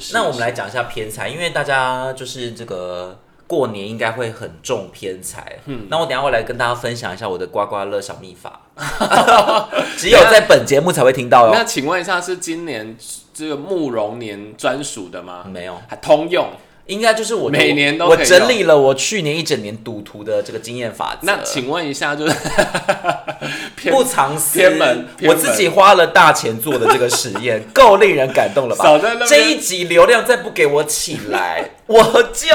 是那我们来讲一下偏财，因为大家就是这个过年应该会很重偏财。嗯，那我等一下会来跟大家分享一下我的刮刮乐小秘法， 只有在本节目才会听到哦那哟。请问一下，是今年这个慕容年专属的吗？没有，还通用？应该就是我每年都我可以整理了我去年一整年赌徒的这个经验法则。那请问一下， 就是偏不藏私偏门偏我门自己花了大钱做的这个实验，够令人感动了吧？少在那边这一集流量再不给我起来，我 就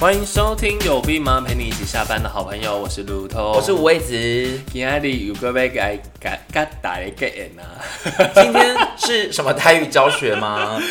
欢迎收听有病吗？陪你一起下班的好朋友，我是路透，我是吴伟子。今天里有个被改改改打一个人啊！ 今天是什么台语教学 吗？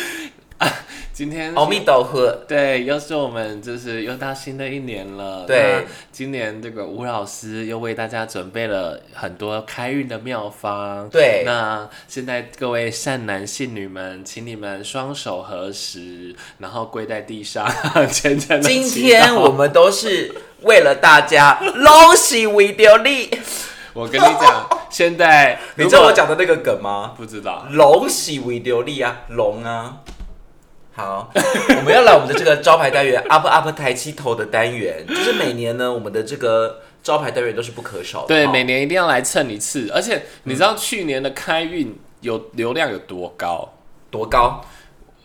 今天阿弥陀佛，对，又是我们就是又到新的一年了。对，今年这个吴老师又为大家准备了很多开运的妙方。对那现在各位善男信女们，请你们双手合十，然后跪在地上， 虔诚的今天我们都是为了大家恭喜为丢力。我跟你讲，现在你如知道果我讲的那个梗吗？不知道？龙喜为丢力啊，龙啊。好，我们要来我们的这个招牌 单元 up up 抬起头的单元，就是每年呢，我们的这个招牌单元都是不可少的。对，哦每年一定要来蹭一次，而且你知道去年的开运有流量有多高？多高？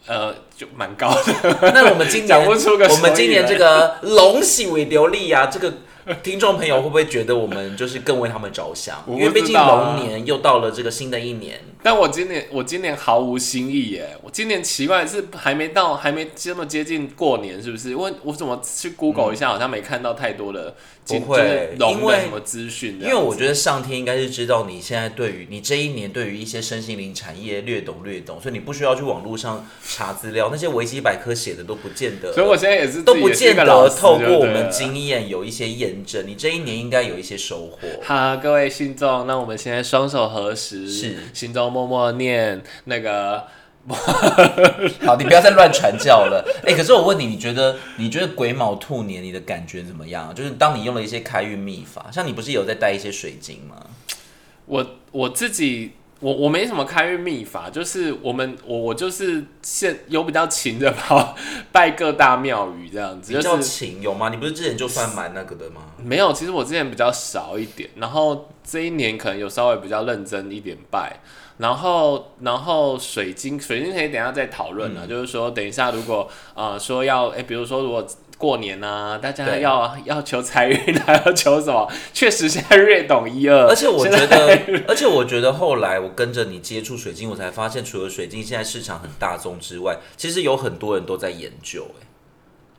呃，就蛮高的。 那我们今年讲不出个我们所以今年来这个龙喜为流利啊，这个听众朋友会不会觉得我们就是更为他们着想？我不因为毕竟知道啊龙年又到了这个新的一年，但我今年我今年毫无新意耶，我今年奇怪的是还没到，还没这么接近过年，是不是？因为我怎么去 Google 一下，好像没看到太多的今嗯不会就是因龙为的什么资讯这因样。为我觉得上天应该是知道你现在对于你这一年对于一些身心灵产业略懂略懂，所以你不需要去网络上查资料，那些维基百科写的都不见得。所以我现在也是都不见得透过我们今。经验有一些验证，你这一年应该有一些收获。好，各位信众，那我们现在双手合十，是心中默默念那个好，你不要再乱传教了。哎、可是我问你，你觉得你觉得癸卯兔年你的感觉怎么样？啊就是当你用了一些开运秘法，像你不是有在带一些水晶吗？我我自己，我我没什么开运秘法，就是我们我我就是现有比较勤的跑拜各大庙宇这样子，比就较是勤有吗？你不是之前就算蛮那个的吗？没有，其实我之前比较少一点，然后这一年可能有稍微比较认真一点拜，然后然后水晶水晶可以等一下再讨论了，啊嗯就是说等一下如果呃说要诶，比如说如果。过年啊，大家对要要求财运啊，要求什么？ 确实现在略懂一二，而且我现在觉得， 而且我觉得后来我跟着你接触水晶，我才发现，除了水晶现在市场很大众之外，其实有很多人都在研究、哎，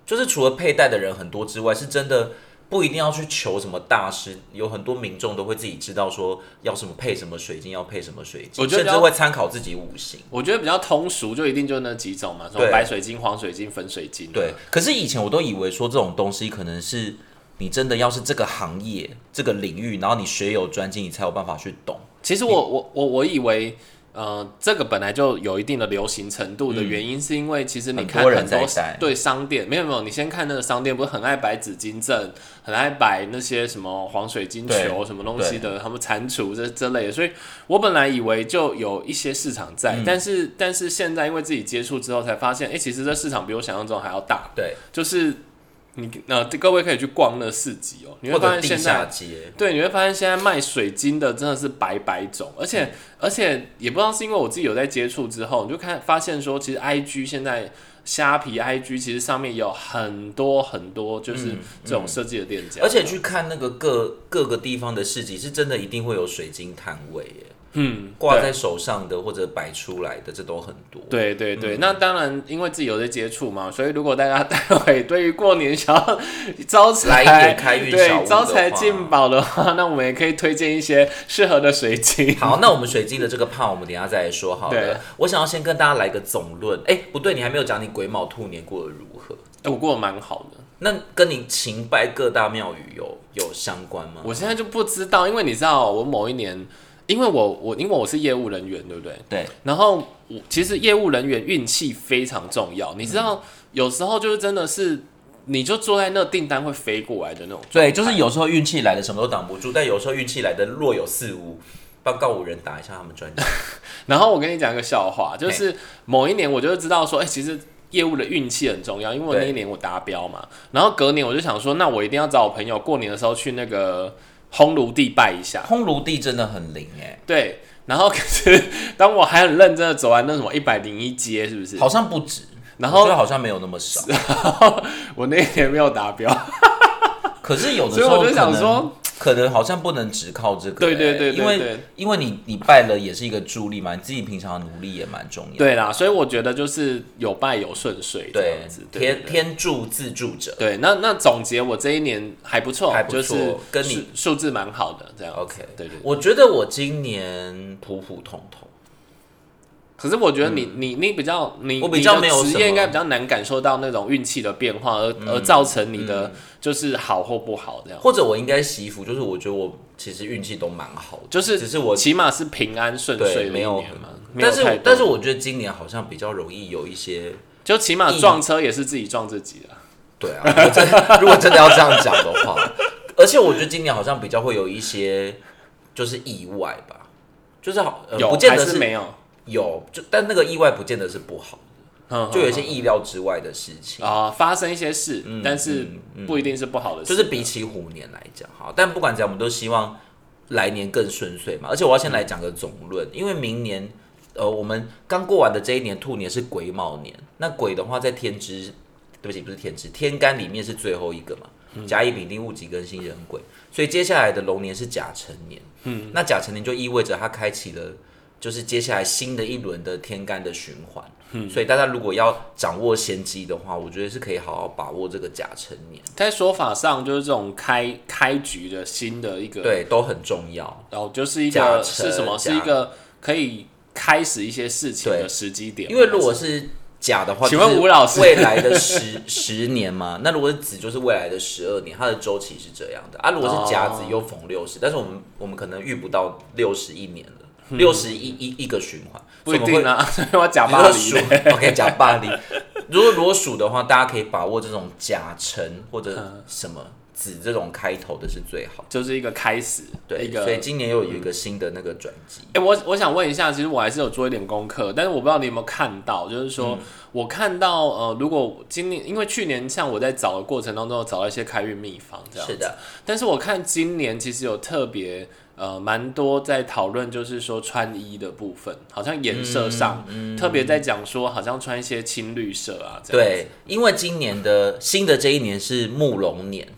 就是除了佩戴的人很多之外，是真的不一定要去求什么大师，有很多民众都会自己知道说要什么配什么水晶，要配什么水晶，我觉得甚至要会参考自己五行。 我觉得比较通俗，就一定就那几种嘛，什么对白水晶、黄水晶、粉水晶。啊对，，可是以前我都以为说这种东西可能是你真的要是这个行业、这个领域，然后你学有专精，你才有办法去懂。其实我我我我以为，呃，这个本来就有一定的流行程度的原因，是因为其实你看嗯很多很人多在戴对商店，没有没有，你先看那个商店，不是很爱摆紫金阵，很爱摆那些什么黄水晶球对什么东西的，他们蟾蜍这这类的，所以我本来以为就有一些市场嗯在，但是但是现在因为自己接触之后才发现，哎、其实这市场比我想象中还要大，对，就是你呃，各位可以去逛那市集哦，你会或发者现地现下在街，对，你会发现现在卖水晶的真的是百百种，而嗯且、而且也不知道是因为我自己有在接触之后，你就看发现说，其实 I G 现在虾皮 I G 其实上面有很多很多就是这种设计的店家，嗯而且去看那个各各个地方的市集，是真的一定会有水晶摊位耶，嗯挂对在手上的或者摆出来的，这都很多。，对对对，嗯那当然，因为自己有在接触嘛，所以如果大家待 会对于过年想要招财、来一点开运小对物的招财话进宝的话，那我们也可以推荐一些适合的水晶。好，那我们水晶的这个胖，我们等一下再来说好对了。我想要先跟大家来个总论，哎、不对，你还没有讲你癸卯兔年过得如何？哎我过得蛮好的，那跟你勤拜各大庙宇有有相关吗？我现在就不知道，因为你知道，我某一年，因为我我因为我是业务人员，对不对？对，然后我其实业务人员运气非常重要，你知道，有时候就是真的是，你就坐在那订单会飞过来的那种状态。对，就是有时候运气来的什么都挡不住，但有时候运气来的若有似无。帮告五人打一下他 们专家，然后我跟你讲一个笑话，就嘿是某一年我就知道说，哎、其实业务的运气很重要，因为我那对一年我达标嘛。然后隔年我就想说，那我一定要找我朋友过年的时候去那个烘炉地拜一下。烘炉地真的很灵哎、对，然后可 是当我还很认真的走完那什么一百零一街，是不是？好像不止，然我觉后啊得好像没有那么少，我那一年没有达标， 可是有的所时以候我就想可能说，可能好像不能只靠这个、对对欸对对因为对因为你你拜了也是一个助力嘛，你自己平常的努力也蛮重要。对啦，所以我觉得就是有败有顺遂这对样子，。对天对天助自助者。对，那那总结我这一年还不错，还不错就是跟你数数字蛮好的这样子。 OK，对对。我觉得我今年普普通通，可是我觉得你、你你比较你嗯我比你较的没有什职么嗯业应该比较难感受到那种运气的变化，而、而造成你的就是好或不好这样。或者我应该惜福，就是我觉得我其实运气都蛮好的，就是只是我起码是平安顺遂的对一没有年嘛，没有但是太我多但是我觉得今年好像比较容易有一些。就起码撞车也是自己撞自己的。对啊，如果真如果真的要这样讲的话， 而且我觉得今年好像比较会有一些就是意外吧，就是好、呃、有不见还得是没有，有，就但那个意外不见得是不好，嗯就有一些嗯意料之外的事情，啊、发生一些事，但是不一定是不好的事，就是比起虎年来讲，好，但不管怎样，我们都希望来年更顺遂嘛。而且我要先来讲个总论，因为明年，呃，我们刚过完的这一年兔年是癸卯年，那癸的话在天之，对不起，不是天之，天干里面是最后一个嘛。嗯甲乙丙丁戊己庚辛壬癸，所以接下来的龙年是甲辰年。嗯，那甲辰年就意味着它开启了，就是接下来新的一轮的天干的循环。嗯，所以大家如果要掌握先机的话，我觉得是可以好好把握这个甲辰年。在说法上就是这种开开局的新的一个，，对，都很重要。然后就是一加个成是什么？加是一个可以开始一些事情对的时机点吗。因为如果是甲的话，请问就是吴老师未来的十 十年嘛，那如果是子，就是未来的十二年，它的周期是这样的啊。如果是甲子哦又逢六十，但是我们我们可能遇不到六十一年了，六十一一一个循环，嗯不一所以我定们会啊，所以 我讲巴你黎嘞说数，OK，甲巴黎。如果如果数的话，大家可以把握这种甲辰或嗯者什么子这种开头的是最好。就是一个开始，对一，个所。以今年又有一个新的那个转机。哎、我我想问一下，其实我还是有做一点功课，但是我不知道你有没有看到，就是说、嗯我看到呃，如果今年因为去年像我在找的过程当中，找到一些开运秘方这样子是的，但是我看今年其实有特别呃蛮多在讨论，就是说穿衣的部分，好像颜嗯色上、特别在讲说，好像穿一些青绿色啊这样子。对，因为今年的新的这一年是木龙年，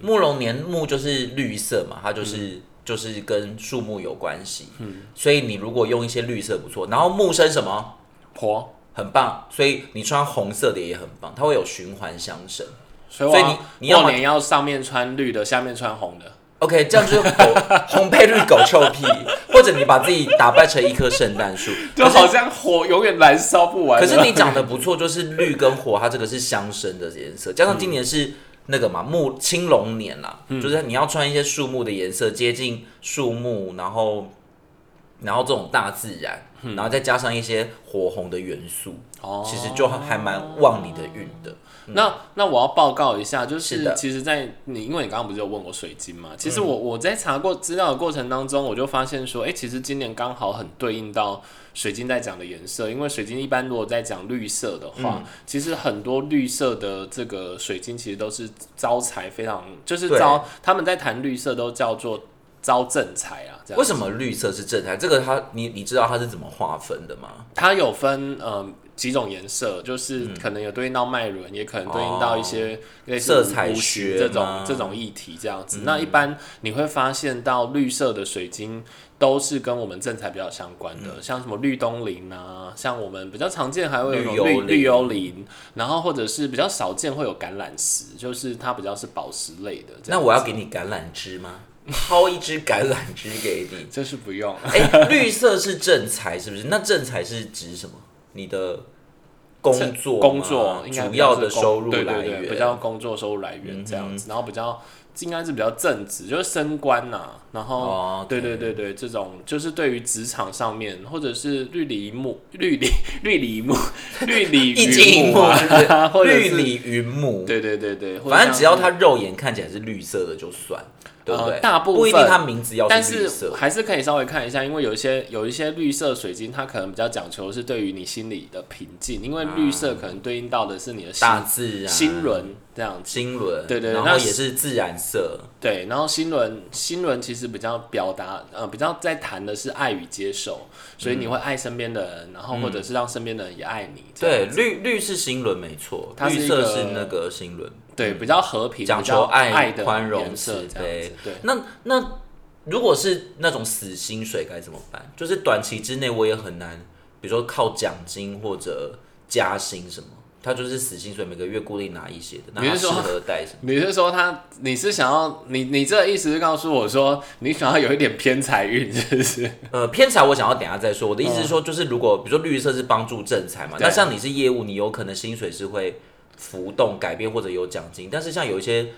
木龙年木就是绿色嘛，它就是、就是跟树木有关系，所以你如果用一些绿色不错，然后木生什么婆，很棒，所以你穿红色的也很棒，它会有循环相生。所以所以我你你要过么年要上面穿绿的，下面穿红的。 OK，这样就是狗 红配绿狗臭屁，或者你把自己打扮成一棵圣诞树，就好像火永远燃烧不完。可是 吧你长得不错，就是绿跟火，它这个是相生的颜色，加上今年是那个嘛木青龙年啦，嗯就是你要穿一些树木的颜色，接近树木，然后然后这种大自然，然后再加上一些火红的元素，嗯哦其实就还蛮旺你的运的。那那我要报告一下，就是是嗯的嗯其实在，你因为你刚刚不是有问我水晶嘛？其实我我在查过资料的过程当中，我就发现说，哎、其实今年刚好很对应到水晶在讲的颜色，因为水晶一般如果在讲绿色的嗯话，其实很多绿色的这个水晶其实都是招财非常，就是对招他们在谈绿色都叫做招正财啊，这样为。什么绿色是正财？这个它你你知道它是怎么划分的吗？它有分呃几种颜色，就是嗯可能有对应到脉轮，也可能对应到一些类似哦色彩五行学这种吗嗯这种议题这样子。那一般你会发现到绿色的水晶都是跟我们正财比较相关嗯的，像什么绿东林啊，像我们比较常见还会有那绿幽种绿灵绿幽灵，然后或者是比较少见会有橄榄石，就是它比较是宝石类的这样子。那我要给你橄榄枝吗？抛一支橄榄枝给你。这是不用。哎、绿色是正财是不是？那正财是指什么？你的工作嘛工作应该主比较要是的工收入对来对对，源，嗯比较工作收入来源这样子，然后比较应该是比较正直，就是升官呐、然后、哦对 OK 对对对，这种就是对于职场上面或者是绿里木绿里绿里木绿里一金云一木木啊， 或者绿是里云母，对对对对，或者反正只要像是它肉眼看起来是绿色的就算，对不呃对？大部分不一定它名字要但绿是色，还是可以稍微看一下，因为有一些有一些绿色水晶，它可能比较讲求是对于你心理的平静，因为绿色可能对应到的是你的心啊大自然、心轮这样子。心轮，对对然那后也是自然色，对，然后心轮心轮其实比较表达呃比较在谈的是爱与接受，所以嗯你会爱身边的人，然后或者是让身边的人也爱你。这对，样绿绿是心轮没错，它是绿一色个是那个心轮，对，比较和平，嗯讲比较求爱、爱的宽容、颜色慈这样子悲。。对，那那如果是那种死薪水该怎么办？就是短期之内我也很难，比如说靠奖金或者加薪什么，他就是死薪水每个月固定拿一些的，那你他是适说合带什么？ 你是说他？你是想要你你这意思是告诉我说你想要有一点偏财运，是不是？ 呃，偏财我想要等一下再说。我的意思是说，就是如果比如说绿色是帮助正财嘛，哦对那像你是业务，你有可能薪水是会浮动、改变或者有奖金，但是像有一些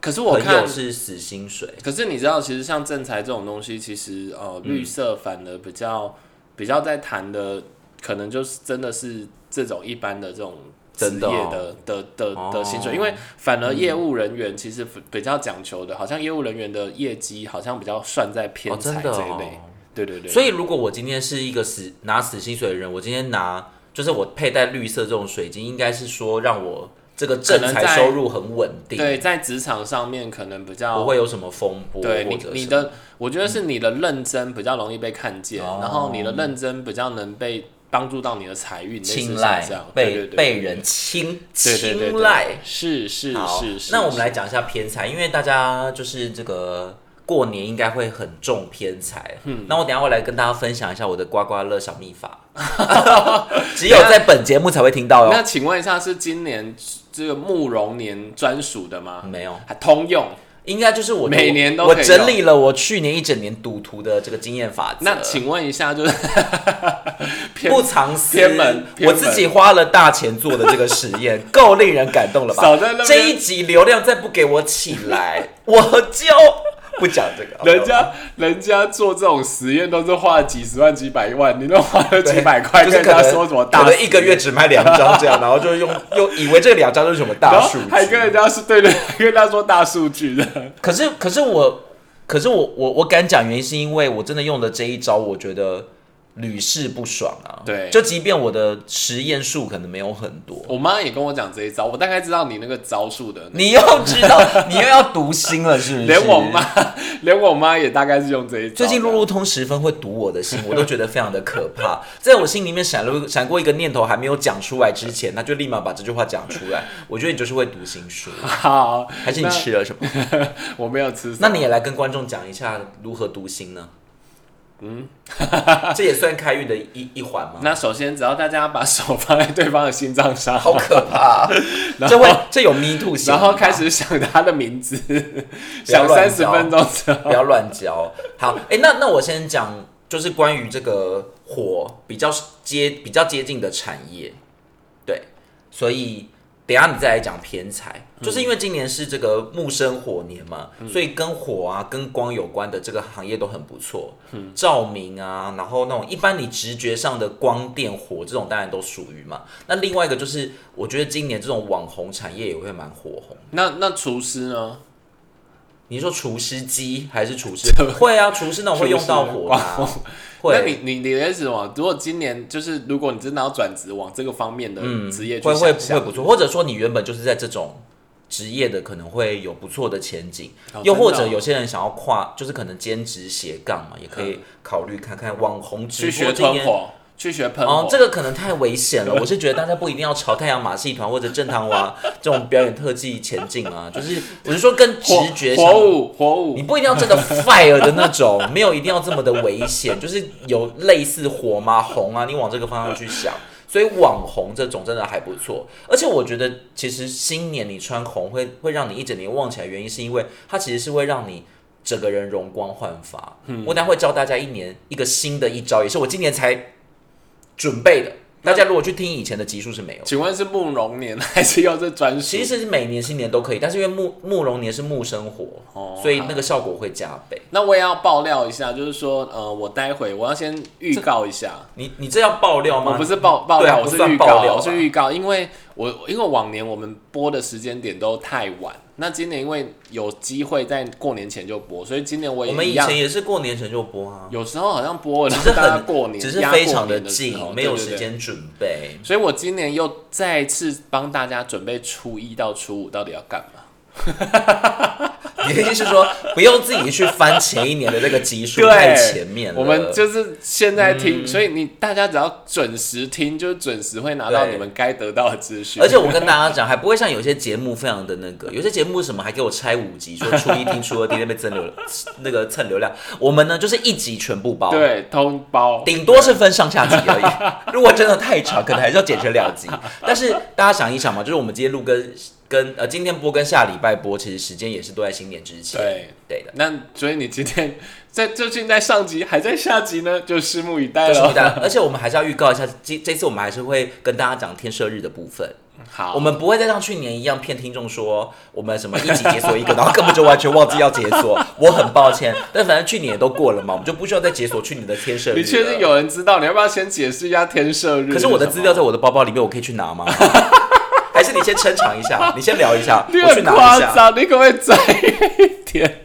可是我朋看友，是死薪水，可是你知道，其实像正财这种东西，其实呃，嗯绿色反而比较比较在谈的，可能就是真的是这种一般的这种。职业真的哦的的的哦的薪水，因为反而业务人员其实嗯比较讲求的，好像业务人员的业绩好像比较算在哦，偏真财的这一哦类。对对对，所以如果我今天是一个死拿死薪水的人，我今天拿就是我佩戴绿色这种水晶，应该是说让我这个正可能财在收入很稳定，对在职场上面可能比较不会有什么风波对或你者嗯你什么的，我觉得是你的认真比较容易被看见，哦然后你的认真比较能被帮助到你的财运，类似青像睐这样，对被对对被人青对对对青对睐。是是好是是。那我们来讲一下偏财，因为大家就是这个过年应该会很重偏财。嗯，那我等一下会来跟大家分享一下我的刮刮乐小秘 法，只有在本节目才会听到哦那哟。请问一下，是今年这个慕容年专属的吗？没有，还通用？应该就是我每年都我可以整理了我去年一整年赌徒的这个经验法则。那请问一下，就是 偏不藏私，偏门偏我门自己花了大钱做的这个实验， 够令人感动了吧？少在那边这一集流量再不给我起来， 我就不讲 这个。人家人家做这种实验都是花了几十万、几百万，你都花了对几百块，就跟是人可家能说什么大可实能验？一个月只卖两张这样，然后就用又以为这两张就是什么然大后数据，还跟人家是对 对，还跟人家说大数据的。可是可是我，可是我我我敢讲，原因是因为我真的用了这一招，我觉得屡试不爽啊。对就即便我的实验数可能没有很多，我妈也跟我讲这一招，我大概知道你那个招数的。你又知道 你又要读心了，是不是？连我妈，连我妈也大概是用这一招的。最近路路通十分会读我的心，我都觉得非常的可怕。在我心里面闪了闪过一个念头，还没有讲出来之前，他就立马把这句话讲出来。我觉得你就是会读心术，好，还是你吃了什么？我没有吃什么。那你也来跟观众讲一下如何读心呢？嗯， 这也算开运的一一环吗？那首先，只要大家把手放在对方的心脏上，好可 怕！啊这会这有 me too 型，然后开始想他的名 字，不要想三乱叫十分钟之后，不要乱教。好，哎、那那我先讲，就是关于这个火比较接比较接近的产业，对，所以等一下你再来讲偏财，就是因为今年是这个木生火年嘛，所以跟火啊跟光有关的这个行业都很不错，照明啊，然后那种一般你直觉上的光电火这种当然都属于嘛。那另外一个就是，我觉得今年这种网红产业也会蛮火红。那那厨师呢？你说厨师机还是厨 师？会啊，厨师那种会用到火的啊、那会你你你的意思是什么？如果今年就是，如果你真的要转职往这个方面的职业去嗯会会想会象，不错，或者说你原本就是在这种职业的，可能会有不错的前景。哦又或真者的哦有些人想要跨，就是可能兼职斜杠嘛，也可以考虑看看网红直去播学这喷件火，去学喷哦火，，这个可能太危险了。我是觉得大家不一定要朝太阳马戏团或者正汤蛙这种表演特技前进啊，就是我是说跟直火觉上的火舞火舞你不一定要真的 fire 的那种， 没有一定要这么的危险，就是有类似火嘛、红啊，你往这个方向去想。所以网红这种真的还不错，而且我觉得其实新年你穿红会会让你一整年旺起来，原因是因为它其实是会让你整个人容光焕发。我等下会教大家一年一个新的一招，也是我今年才准备的，大家如果去听以前的集数是没有的，请问是慕容年 还是要这专属？其实是每年新年都可以，但是因为木木龙年是木生火，哦所以那个效果会加倍。那我也要爆料一下，就是说，呃，我待会我要先预告一下，你你这要爆料哦吗？我不是爆爆对啊料，我不是算预爆告，料吧我是预告，因为我因为往年我们播的时间点都太晚，那今年因为有机会在过年前就播，所以今年我也我们一以样。前也是过年前就播啊，有时候好像播了，只是让 大家很过年，只是压非过常年的的近时候，没有对对时对间准备。 所以我今年又再次帮大家准备初一到初五到底要干嘛？你的意思是说不用自己去翻前一年的那个集数对太前面了？嗯我们就是现在听，所以你大家只要准时听，就是准时会拿到对你们该得到的资讯。而且我跟大家讲，还不会像有些节目非常的那个，有些节目什么还给我拆五集，说初一听、初二听那边蹭流 那个蹭流量。我们呢就是一集全部包，对通包，顶多是分上下集而已。如果真的太长，可能还是要剪成两集。但是大家想一想嘛，就是我们今天录跟跟呃今天播跟下礼拜播，其实时间也是都在新年之前。对。对的，那所以你今天 在究竟在上集还在下集呢，就拭目以待就是了。大家，而且我们还是要预告一下，这这次我们还是会跟大家讲天赦日的部分。好，我们不会再像去年一样骗听众说我们什么一集解锁一个，然后根本就完全忘记要解锁。我很抱歉，但反正去年也都过了嘛，我们就不需要再解锁去年的天赦日。你确定？有人知道？你要不要先解释一下天赦日？可是我的资料在。我的包包里面，我可以去拿吗？ 还是你先撑场一 下，你先聊一下，你哎我去很拿夸一下。张，你可不可以再一点？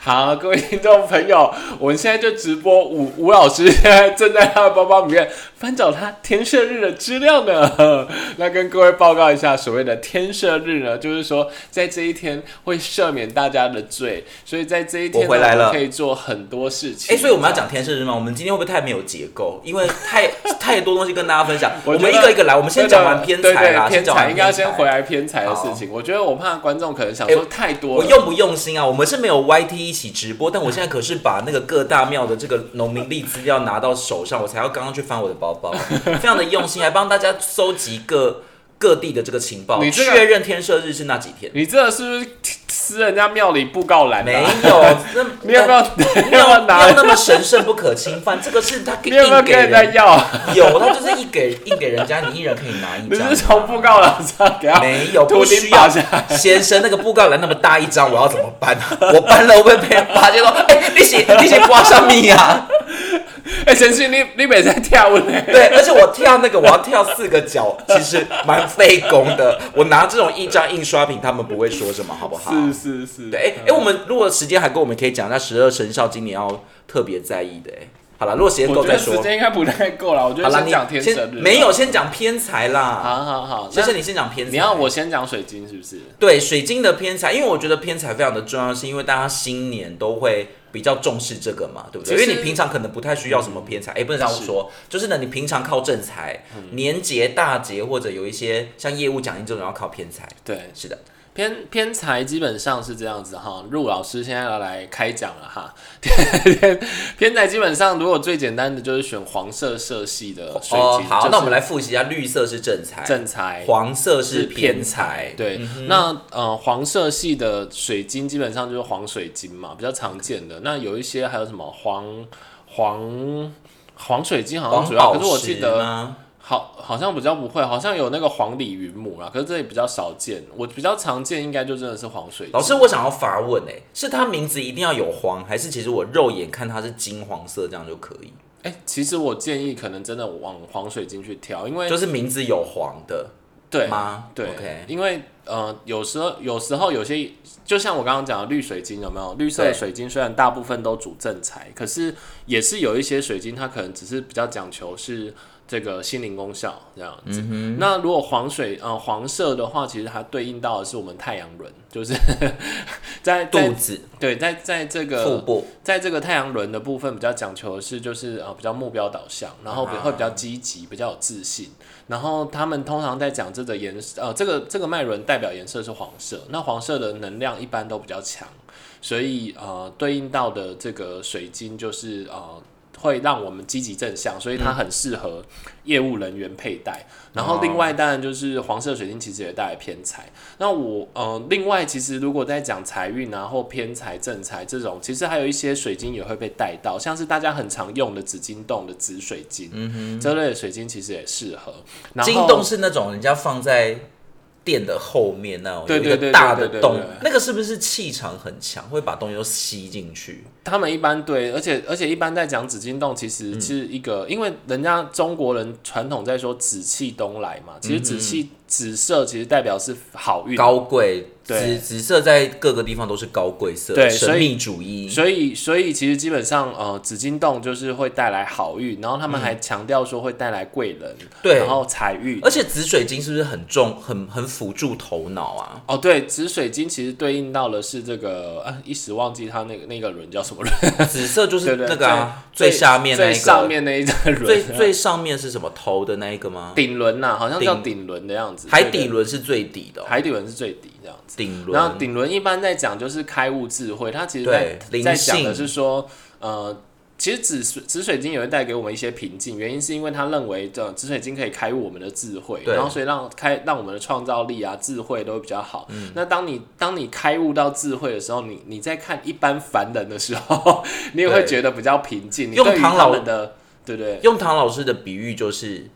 好，各位听众朋友，我们现在就直播吴吴老师现在正在他的包包里面翻找他天赦日的资料呢。那跟各位报告一下，所谓的天赦日呢，就是说在这一天会赦免大家的罪，所以在这一天呢我回来了们可以做很多事情。哎、所以我们要讲天赦日吗？我们今天会不会太没有结构？因为太太多东西跟大家分享，我我觉得们一个一个来。我们先讲完偏财啦，对对先偏讲完财应该要偏先财回来偏财的事情。我觉得我怕观众可能想哎说太多我了，用不用心啊？我们是没有 YT 一起直播，但我现在可是把那个各大庙的这个农民历资料拿到手上，我才要刚刚去翻我的包包，非常的用心，还帮大家搜集各各地的这个情报，你这个确认天赦日是那几天。你这是不是撕人家庙里布告栏、啊？没有，那 你要不要？ 你要要不要拿？那么神圣不可侵犯？这个是他你要不要硬给跟人家人，要？有他就是硬给硬给人家，你一人可以拿一你张是。从布告栏上给他没有，图不钉需拔要下 来？先生那个布告栏那么大一张，我要怎么搬？我搬了会不会被人发现说，哎、你写你写刮上面呀？哎，陈信，你你每次在跳舞 呢？对，而且我跳那个我要跳四个角，其实蛮费工的。我拿这种一张印刷品，他们不会说什么，好不好？是是是，对，哎、哎、我们如果时间还够，我们可以讲一下十二生肖今年要特别在意的、哎，好了，如果时间我够觉得再时说。间应该不太够了。我觉好得了，先讲你天神先日，没，有，先讲偏财啦。好好好，先那生，你先讲偏财。你要我先讲水晶是不是？对水晶的偏财，因为我觉得偏财非常的重要，是因为大家新年都会比较重视这个嘛，对不对？因其实嗯为你平常可能不太需要什么偏财，哎，不能这样说，就是呢，你平常靠正财，年节大节或者有一些像业务奖金这种要靠偏财，对，是的，偏偏财基本上是这样子哈，陆老师现在要来开讲了哈。 偏偏财基本上，如果最简单的就是选黄色色系的水晶，哦，好，就是那我们来复习一下，绿色是正财，正财。黄色是偏财，对，那呃黄色系的水晶基本上就是黄水晶嘛，比较常见的。那有一些还有什么黄黄黄水晶好像黄主要，宝可石是我记得吗好好像比较不会，好像有那个黄鲤鱼母啦，可是这里比较少见。我比较常见应该就真的是黄水晶。老师，我想要发问、哎，是他名字一定要有黄，还是其实我肉眼看它是金黄色这样就可以？哎、其实我建议可能真的往黄水晶去挑，因为就是名字有黄的，对吗？对 o k 因为呃，有时候有时候有些，就像我刚刚讲的绿水晶有没有？绿色的对水晶虽然大部分都主正财，可是也是有一些水晶它可能只是比较讲求是这个心灵功效这样嗯子。那如果黄水呃黄色的话，其实它对应到的是我们太阳轮，就是 在在肚子、对在在这个腹部，在这个太阳轮的部分比较讲求的是，就是呃比较目标导向，然后比啊会比较积极，比较有自信。然后他们通常在讲这个颜色，呃，这个这个脉轮代表颜色是黄色，那黄色的能量一般都比较强，所以呃对应到的这个水晶就是呃会让我们积极正向，所以它很适合业务人员佩戴。然后另外当然就是黄色水晶其实也带来偏财。那我呃，另外其实如果在讲财运啊或偏财正财这种，其实还有一些水晶也会被带到，像是大家很常用的紫晶洞的紫水晶，这类的水晶其实也适合。然后金洞是那种人家放在店的后面那种，对对有一对个大对的对对洞对对，那个是不是气场很强，会把东西都吸进去？他们一般对，而且而且一般在讲紫金洞，其嗯实是一个，因为人家中国人传统在说紫气东来嘛，其实紫气、紫色其实代表是好运，嗯高贵，紫对紫色在各个地方都是高贵色，对神所以秘主义。所以所以其实基本上呃紫金洞就是会带来好运，然后他们还强调说会带来贵人，嗯对然后财运，而且紫水晶是不是很重，很很辅助头脑啊？哦对，紫水晶其实对应到的是这个，啊、一时忘记它那个那个轮叫什么轮，紫色就是对对那个啊，最最下面那一最上个，面那一个轮，最最上面是什么头的那一个吗？顶轮呐、好像叫顶顶轮的样子，海对底对轮是最底的哦，海底轮是最底这样子。顶然后轮顶轮一般在讲就是开悟智慧，它其实在对在灵性讲的是说，呃，其实紫水紫水晶也会带给我们一些平静，原因是因为他认为这紫水晶可以开悟我们的智慧，对然后所以让开让我们的创造力啊、智慧都会比较好。嗯那当你当你开悟到智慧的时候，你你在看一般凡人的时候， 你也会对觉得比较平静。你用对于唐他老们的对不对？用唐老师的比喻就是，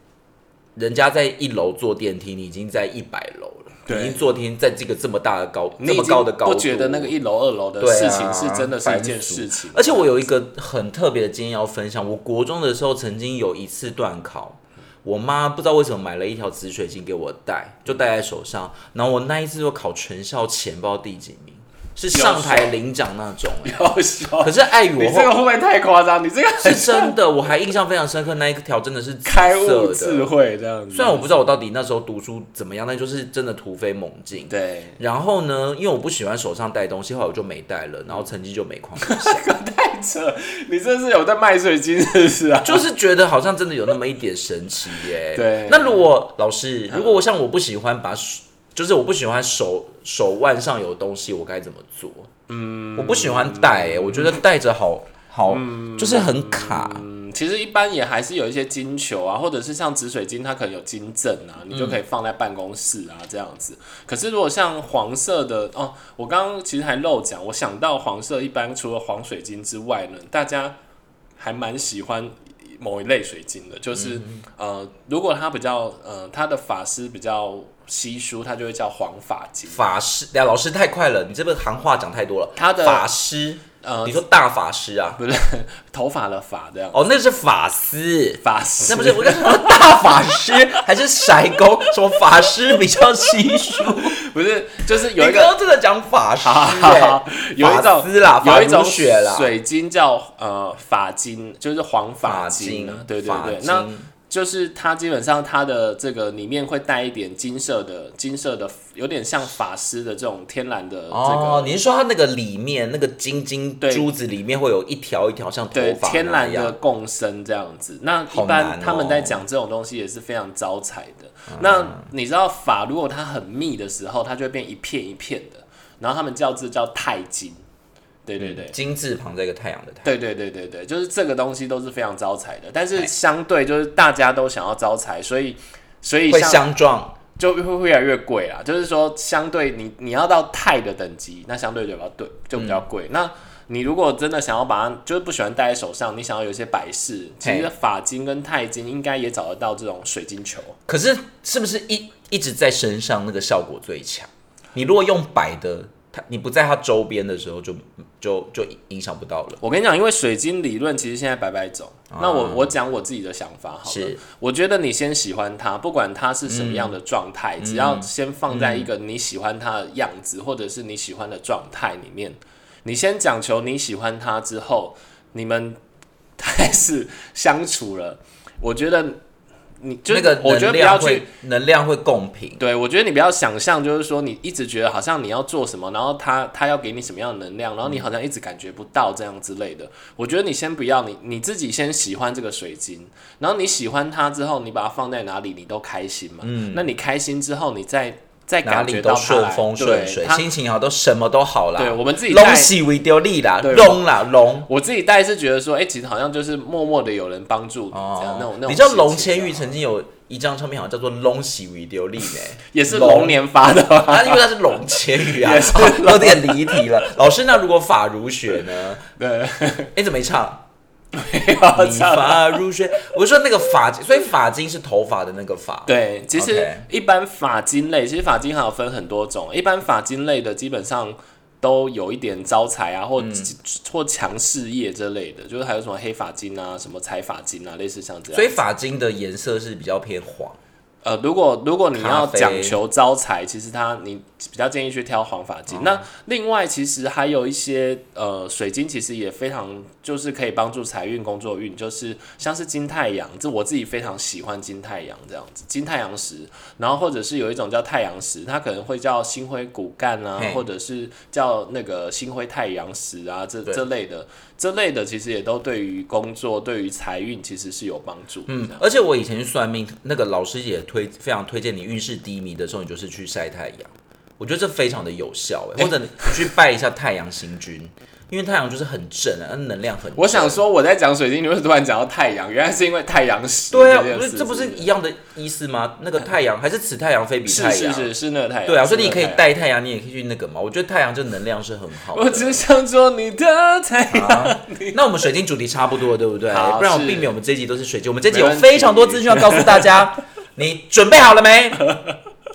人家在一楼坐电梯，你已经在一百楼了，对你已经坐电梯在这个这么大的高你这已么经高的高度，不觉得那个一楼、二楼的对啊事情是真的是一件烦死事情？而且我有一个很特别的经验要分享。我国中的时候曾经有一次段考，我妈不知道为什么买了一条紫水晶给我戴，就戴在手上。然后我那一次就考全校前不知道第几名，是上台领奖那种、欸要笑可是碍于你我这个后会不会太夸张？你这个 是真的，我还印象非常深刻。那一条真的是紫开色悟的智慧这样子。虽然我不知道我到底那时候读书怎么样，但就是真的突飞猛进。对，然后呢，因为我不喜欢手上带东西，后来我就没带了，然后成绩就每 况愈下，太扯， 你这是有在卖水晶是不是啊？ 就是觉得好像真的有那么一点神奇耶。对嗯那如果老师，如果我像我不喜欢把手，就是我不喜欢手手腕上有东西，我该怎么做？嗯，我不喜欢带耶，我觉得带着好好，就是很卡。嗯，其实一般也还是有一些金球啊，或者是像紫水晶，它可能有金枕啊，嗯你就可以放在办公室啊这样子。可是如果像黄色的哦，我刚刚其实还漏讲，我想到黄色一般除了黄水晶之外呢，大家还蛮喜欢。某一类水晶的，就是、嗯呃，如果它比较呃，它的法师比较稀疏，它就会叫黄发晶。法师，哎呀，老师太快了，你这个行话讲太多了。他的法师，呃你说大法师啊？不是 头发的发这样，哦，那是法师，发丝那不是我跟你说大法师 还是 甩钩，什么法师比较稀疏？不是就是你有一刚个刚真的讲法师、 好好欸好，有一法种丝啦，有一种法如雪啦，水晶叫呃法晶，就是黄法晶啊金，，对对法对，金那就是它基本上它的这个里面会带一点金色的金色的，有点像法师的这种天然的这哦，个。你是说它那个里面那个晶晶对珠子里面会有一条一条像头对发天那然的样？共生这样子，那一好难般哦他们在讲这种东西也是非常招财的。那你知道法如果它很密的时候，它就会变一片一片的，然后他们叫这叫钛金。对对对，金字旁这个太阳的太，对对对对对，就是这个东西都是非常招财的，但是相对就是大家都想要招财，所以所以会像相撞。就会会越来越贵啦。就是说，相对你你要到钛的等级，那相对就比较对就比较嗯贵。那你如果真的想要把它，就是不喜欢戴在手上，你想要有一些摆饰，其嘿实发金跟钛金应该也找得到这种水晶球。可是是不是一一直在身上那个效果最强？你如果用摆的，它你不在它周边的时候就就就影响不到了。我跟你讲，因为水晶理论其实现在百百种。那我我讲我自己的想法好了啊是，嗯我觉得你先喜欢它，不管它是什么样的状态，只要先放在一个你喜欢它的样子，或者是你喜欢的状态里面，你先讲求你喜欢它之后，你们 开始相处了，我觉得你就是那个我觉得能不要量去会能量会共频，对，我觉得你不要想象，就是说你一直觉得好像你要做什么，然后他他要给你什么样的能量，然后嗯你好像一直感觉不到这样之类的。我觉得你先不要，你你自己先喜欢这个水晶，然后你喜欢它之后，你把它放在哪里，你都开心嘛。嗯，那你开心之后，你再再哪感里觉都到它顺来风顺水对，它心情好都什么都好啦。对我们自己带龙喜为丢力啦，对龙啦龙。我自己带是觉得说，哎、其实好像就是默默的有人帮助你这样，那种那种。啊你知道哦龙千玉曾经有一张唱片，好像叫做《龙喜为丢力》呢， 也是龙年发的吗？啊，因为它是龙千玉 啊也是，哦有点离题了。老师，那如果法如雪呢？ 对， 哎，怎么没唱？要你唱发如雪，我说那个发，所以发巾是头发的那个发。对，其实 OK 一般发巾类，其实发巾还有分很多种，一般发巾类的基本上都有一点招财啊，或、或强事业这类的，就是还有什么黑发巾啊、什么财发巾啊，类似像这样。所以发巾的颜色是比较偏黄。呃，如果如果你咖要啡讲求招财，其实它你比较建议去挑黄发哦巾。那另外，其实还有一些呃水晶，其实也非常就是可以帮助财运、工作运，就是像是金太阳，这我自己非常喜欢金太阳这样子，金太阳石，然后或者是有一种叫太阳石，它可能会叫星辉骨干啊嘿，或者是叫那个星辉太阳石啊，这对这类的，这类的其实也都对于工作、对于财运其实是有帮助的。嗯这样，而且我以前去算命，那个老师也推非常推荐你运势低迷的时候，你就是去晒太阳。我觉得这非常的有效、哎欸，或者你去拜一下太阳星君，因为太阳就是很正啊，它能量很正。我想说，我在讲水晶，你为什么突然讲到太阳？原来是因为太阳石对啊，件不事是这不是情一样的意思吗？那个太阳还是此太阳非彼太哎是阳，是是是那个太阳，对啊，是所以那个你可以太阳。带太阳，你也可以去那个嘛。我觉得太阳这能量是很好的。我只想做你的太阳。那我们水晶主题差不多了，对不对？好不然我们是避免我们这一集都是水晶。我们这一集有没问题非常多资讯要告诉大家， 你准备好了没？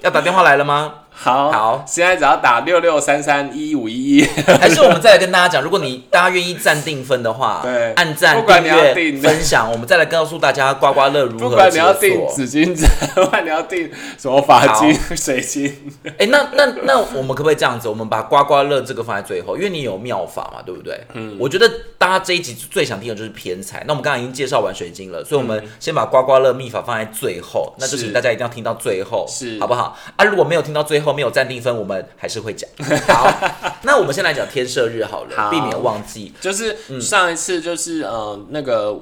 要打电话来了吗？好好现在只要打六六三三一五一一，还是我们再来跟大家讲，如果你大家愿意暂定分的话，对按赞、不管订你要阅、订分享，我们再来告诉大家刮刮乐如何不管你要解订锁紫金针， 不管你要订什么法金、水晶，哎、那那那我们可不可以这样子？我们把刮刮乐这个放在最后，因为你有妙法嘛，对不对？嗯，我觉得大家这一集最想听的就是偏财。那我们刚刚已经介绍完水晶了，所以我们先把刮刮乐秘法放在最后，那就嗯请是大家一定要听到最后，是好不好？啊，如果没有听到最后，没有暂定分，我们还 是会讲。好，那我们先来讲天赦日好了，好避免忘记。就是嗯上一次就是呃那个。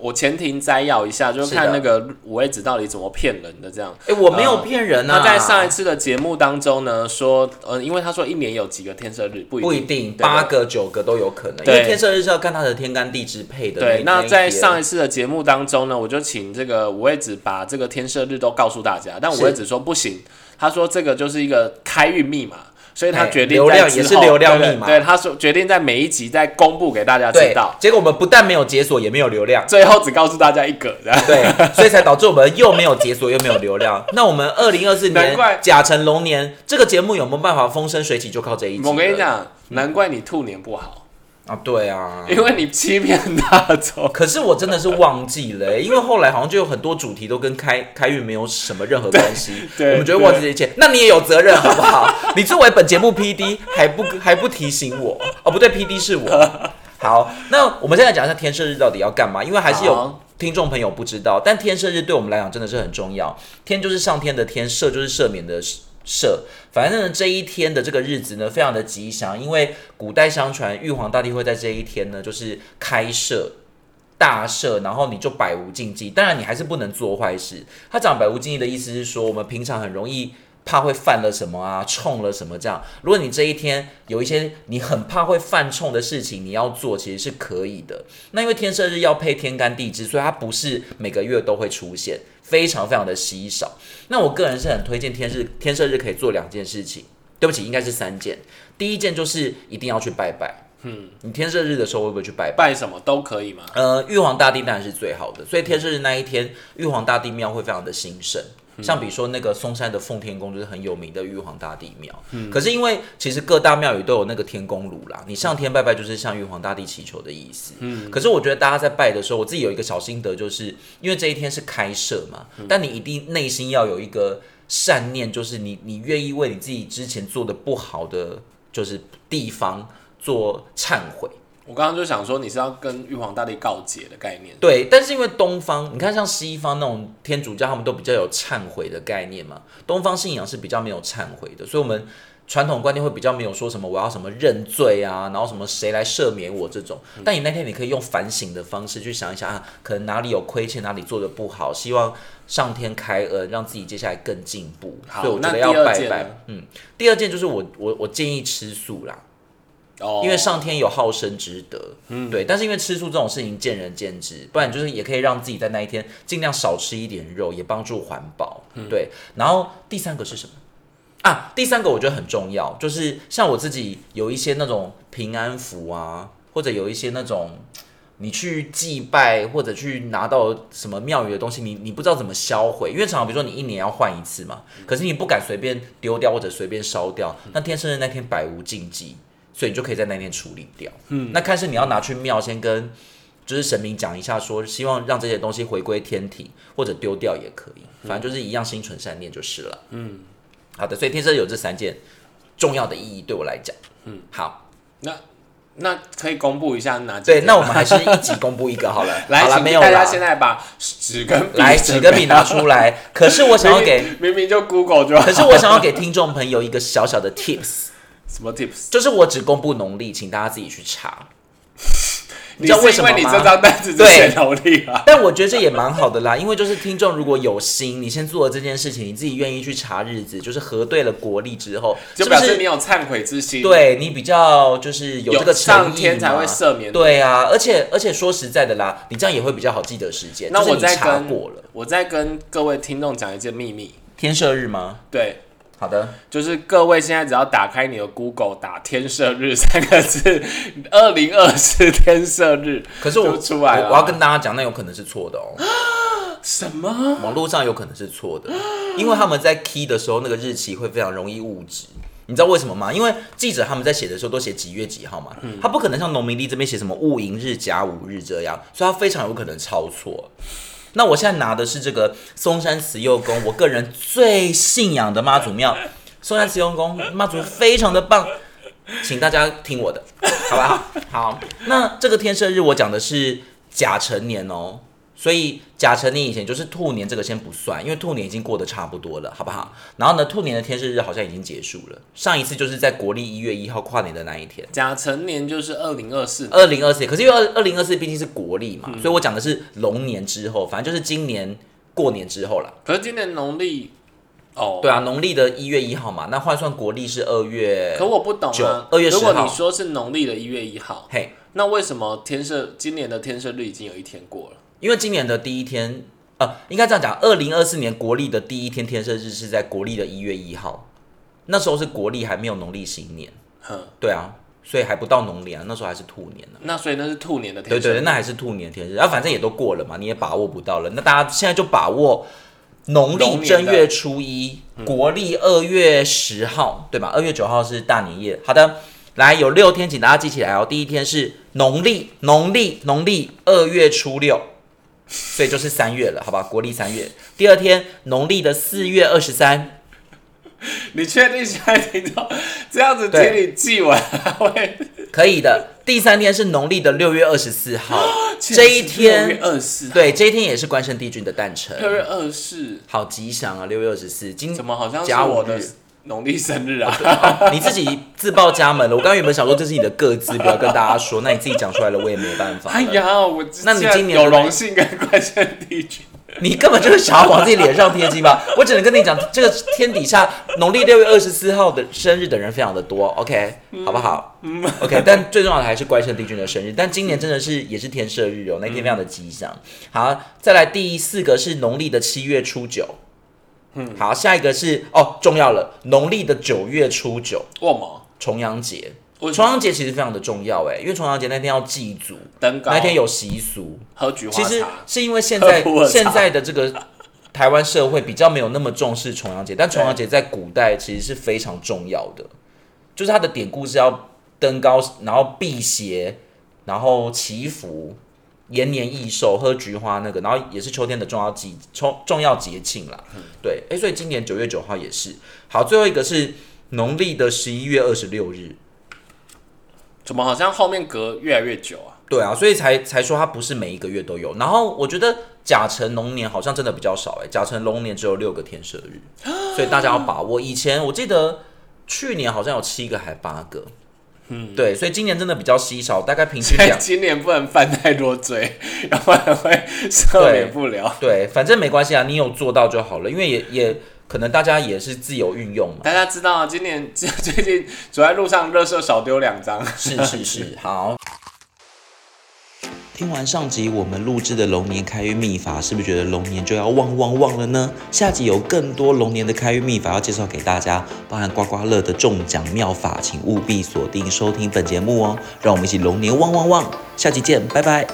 我前庭摘要一下，就是是看的那个五位子到底怎么骗人的这样。哎、我没有呃骗人啊。他在上一次的节目当中呢，说，呃，因为他说一年有几个天赦日，不不一一定。定，对八个九个都有可能，因对为天赦日是要看它的天干地支配的。对，那一在天上一次的节目当中呢，我就请这个五位子把这个天赦日都告诉大家，但五是位子说不行，他说这个就是一个开运密码，所以他哎决定流在量之也是后流量对密码对，他说决定在每一集再公布给大家对知道，，。结果我们不但没有解锁，也没有流量 最后只告诉大家一个，这样对，所以才导致我们又没有解锁，又没有流 量。那我们二零二四年难怪甲辰龙年这个节目有没有办法风生水起，就靠这一集了。我跟你讲，难怪你兔年不好，啊，对啊，因为你欺骗大众。 可是我真的是忘记了欸、因为后来好像就有很多主题都跟开开运没有什么任何关系， 对对我们就会忘记这一切。那你也有责任好 不好？你作为本节目 P D 还不还不提醒我？哦，不对，P D 是 我。好，那我们现在讲一下天赦日到底要干嘛，因为还是有好听众朋友不知道，但天赦日对我们来讲真的是很重要。天就是上天的天，赦就是赦免的赦。反正呢，这一天的这个日子呢，非常的吉祥，因为古代相传玉皇大帝会在这一天呢，就是开赦。大赦，然后你就百无禁忌。当然，你还是不能做坏事。他讲百无禁忌的意思是说，我们平常很容易怕会犯了什么啊，冲了什么这样。如果你这一天有一些你很怕会犯冲的事情，你要做其实是可以的。那因为天赦日要配天干地支，所以它不是每个月都会出现，非常非常的稀少。那我个人是很推荐天日天赦日可以做两件事情，对不起，应该是三件。第一件就是一定要去拜拜。嗯，你天赦日的时候会不会去拜拜？拜什么都可以嘛，呃，玉皇大帝当然是最好的，所以天赦日那一天，玉皇大帝庙会非常的兴盛。像比如说那个嵩山的奉天宫就是很有名的玉皇大帝庙，可是因为其实各大庙宇都有那个天公炉啦，你上天拜拜就是向玉皇大帝祈求的意思。可是我觉得大家在拜的时候，我自己有一个小心得，就是因为这一天是开设嘛，但你一定内心要有一个善念，就是你你愿意为你自己之前做的不好的就是地方做忏悔。我刚刚就想说你是要跟玉皇大帝告解的概念，对，但是因为东方，你看像西方那种天主教，他们都比较有忏悔的概念嘛。东方信仰是比较没有忏悔的，所以我们传统观念会比较没有说什么我要什么认罪啊，然后什么谁来赦免我这种。嗯但你那天你可以用反省的方式去想一想啊，可能哪里有亏欠，哪里做的不好，希望上天开恩，让自己接下来更进步。好所以我觉那得要第二拜件拜呢。嗯，第二件就是我我我建议吃素啦。哦，因为上天有好生之德，对。但是因为吃素这种事情见仁见智，不然就是也可以让自己在那一天尽量少吃一点肉，也帮助环保，对。然后第三个是什么？啊，第三个我觉得很重要，就是像我自己有一些那种平安符啊，或者有一些那种你去祭拜或者去拿到什么庙宇的东西，你你不知道怎么销毁，因为常常比如说你一年要换一次嘛，可是你不敢随便丢掉或者随便烧掉，那天生日那天百无禁忌，所以你就可以在那天处理掉。嗯，那看是你要拿去庙先跟就是神明讲一下说希望让这些东西回归天体，或者丢掉也可以，反正就是一样心存善念就是了。嗯，好的，所以天生日有这三件重要的意义对我来讲，嗯，好。那那可以公布一下哪几对，件那我们还是一集公布一个好了 。来，好了，请没有大家啦。现在把纸跟笔来准纸跟备笔拿出来。可是我想要 给，明明明就 Google 就好可是我想要给听众朋友一个小小的 tips，什么 tips？就是我只公布农历，请大家自己去查。你知道为什么是因为吗你这张单子就对写劳力啊？ 但我觉得这也蛮好的啦，因为就是听众如果有心，你先做了这件事情，你自己愿意去查日子，就是核对了国历之后，就是不表示你是？有忏悔之心。，对你比较就是有这有个诚意上天才嘛会赦免你对啊，而且而且说实在的啦，你这样也会比较好记得时间。那就是我你再查跟过了，我再跟各位听众讲一件秘密，天赦日吗？对，好的，就是各位现在只要打开你的 Google 打“天赦日”三个字， 二零二四天赦日可是我 就出来了我我要跟大家讲，那有可能是错的哦。什么？网络上有可能是错的，因为他们在 key 的时候，那个日期会非常容易误植。你知道为什么吗？因为记者他们在写的时候都写几月几号嘛，他不可能像农民历这边写什么戊寅日、甲午日这样，所以他非常有可能抄错。那我现在拿的是这个松山慈幼宫，我个人最信仰的妈祖庙，松山慈幼宫妈祖非常的棒，请大家听我的，好不好？好，那这个天赦日我讲的是甲辰年哦，所以甲辰年以前就是兔年，这个先不算，因为兔年已经过得差不多了，好不好？然后呢，兔年的天赦日好像已经结束了，上一次就是在国历一月一号跨年的那一天。甲辰年就是二零二四，二零二四，可是因为二二零二四毕竟是国历嘛，所以我讲的是龙年之后，反正就是今年过年之后啦。可是今年农历哦，对啊，农历的一月一号嘛，那换算国历是二月可。我不懂九啊。 2月如果10号你说是农历的一月一号，嘿，那为什么天赦今年的天赦日已经有一天过了？因为今年的第一天，呃，应该这样讲，二零二四年国历的第一天天赦日是在国历的一月一号，那时候是国历还没有农历新年，哼，对啊，所以还不到农历啊，那时候还是兔年呢、那所以那是兔年的天对赦。对对，那还是兔年天日，然、啊后反正也都过了嘛，你也把握不到了。那大家现在就把握农历龙年正的嗯月初一，国历二月十号，对吧？二月九号是大年夜。好的，来有六天，请大家记起来哦。第一天是农历，农历，农历二月初六，所以就是三月了，好吧？国历三月。第二天，农历的四月二十三，你确定现在听到这样子听对你记完还会？可以的。第三天是农历的六月二十四号，这 六一月天，二四，对，这一天也是关圣帝君的诞辰。六月二四，好吉祥啊！六月二十四，今怎么好像是甲午我的日农历生日啊？ 你自己自报家门了。我刚刚原本想说这是你的个资，不要跟大家说，那你自己讲出来了，我也没 办法了。哎呀，我那你竟然今年有的荣幸跟关圣帝君，你根本就是想要往自己脸上贴金吧？我只能跟你讲，这个天底下农历六月二十四号的生日的人非常的多，OK，好嗯不好、o k 但最重要的还是关圣帝君的生日，但今年真的是也是天赦日哦，那嗯天非常的吉祥。好，再来第四个是农历的七月初九。嗯，好，下一个是哦，重要了，农历的九月初九，我吗？重阳节。为什重么阳节其实非常的重要哎，因为重阳节那天要祭祖，登高那天有习俗。喝菊花其实茶，是因为 现在喝普洱茶现在的这个台湾社会比较没有那么重视重阳节，但重阳节在古代其实是非常重要的，就是它的典故是要登高，然后辟邪，然后祈福。延年益寿，喝菊花那个，然后也是秋天的重要季重重要节庆啦。嗯对，哎，所以今年九月九号也是。好，最后一个是农历的十一月二十六日，怎么好像后面隔越来越久啊？对啊，所以才才说它不是每一个月都有。然后我觉得甲辰龙年好像真的欸比较少哎、甲辰龙年只有六个天赦日，所以大家要把握。以前我记得去年好像有七个还八个，嗯，对，所以今年真的比较稀少，大概平 均所以两今年不能犯太多罪，要不然会 赦免不了。对，反正没关系啊，你有做到就好了，因为也也可能大家也是自由运用嘛。大家知道，今年 最近走在路上，热射少丢两张。是是 是，好。听完上集我们录制的龙年开运秘法，是不是觉得龙年就要旺旺旺了呢？下集有更多龙年的开运秘法要介绍给大家，包含刮刮乐的中奖妙法，请务必锁定收听本节目哦。让我们一起龙年旺旺旺！下集见，拜拜。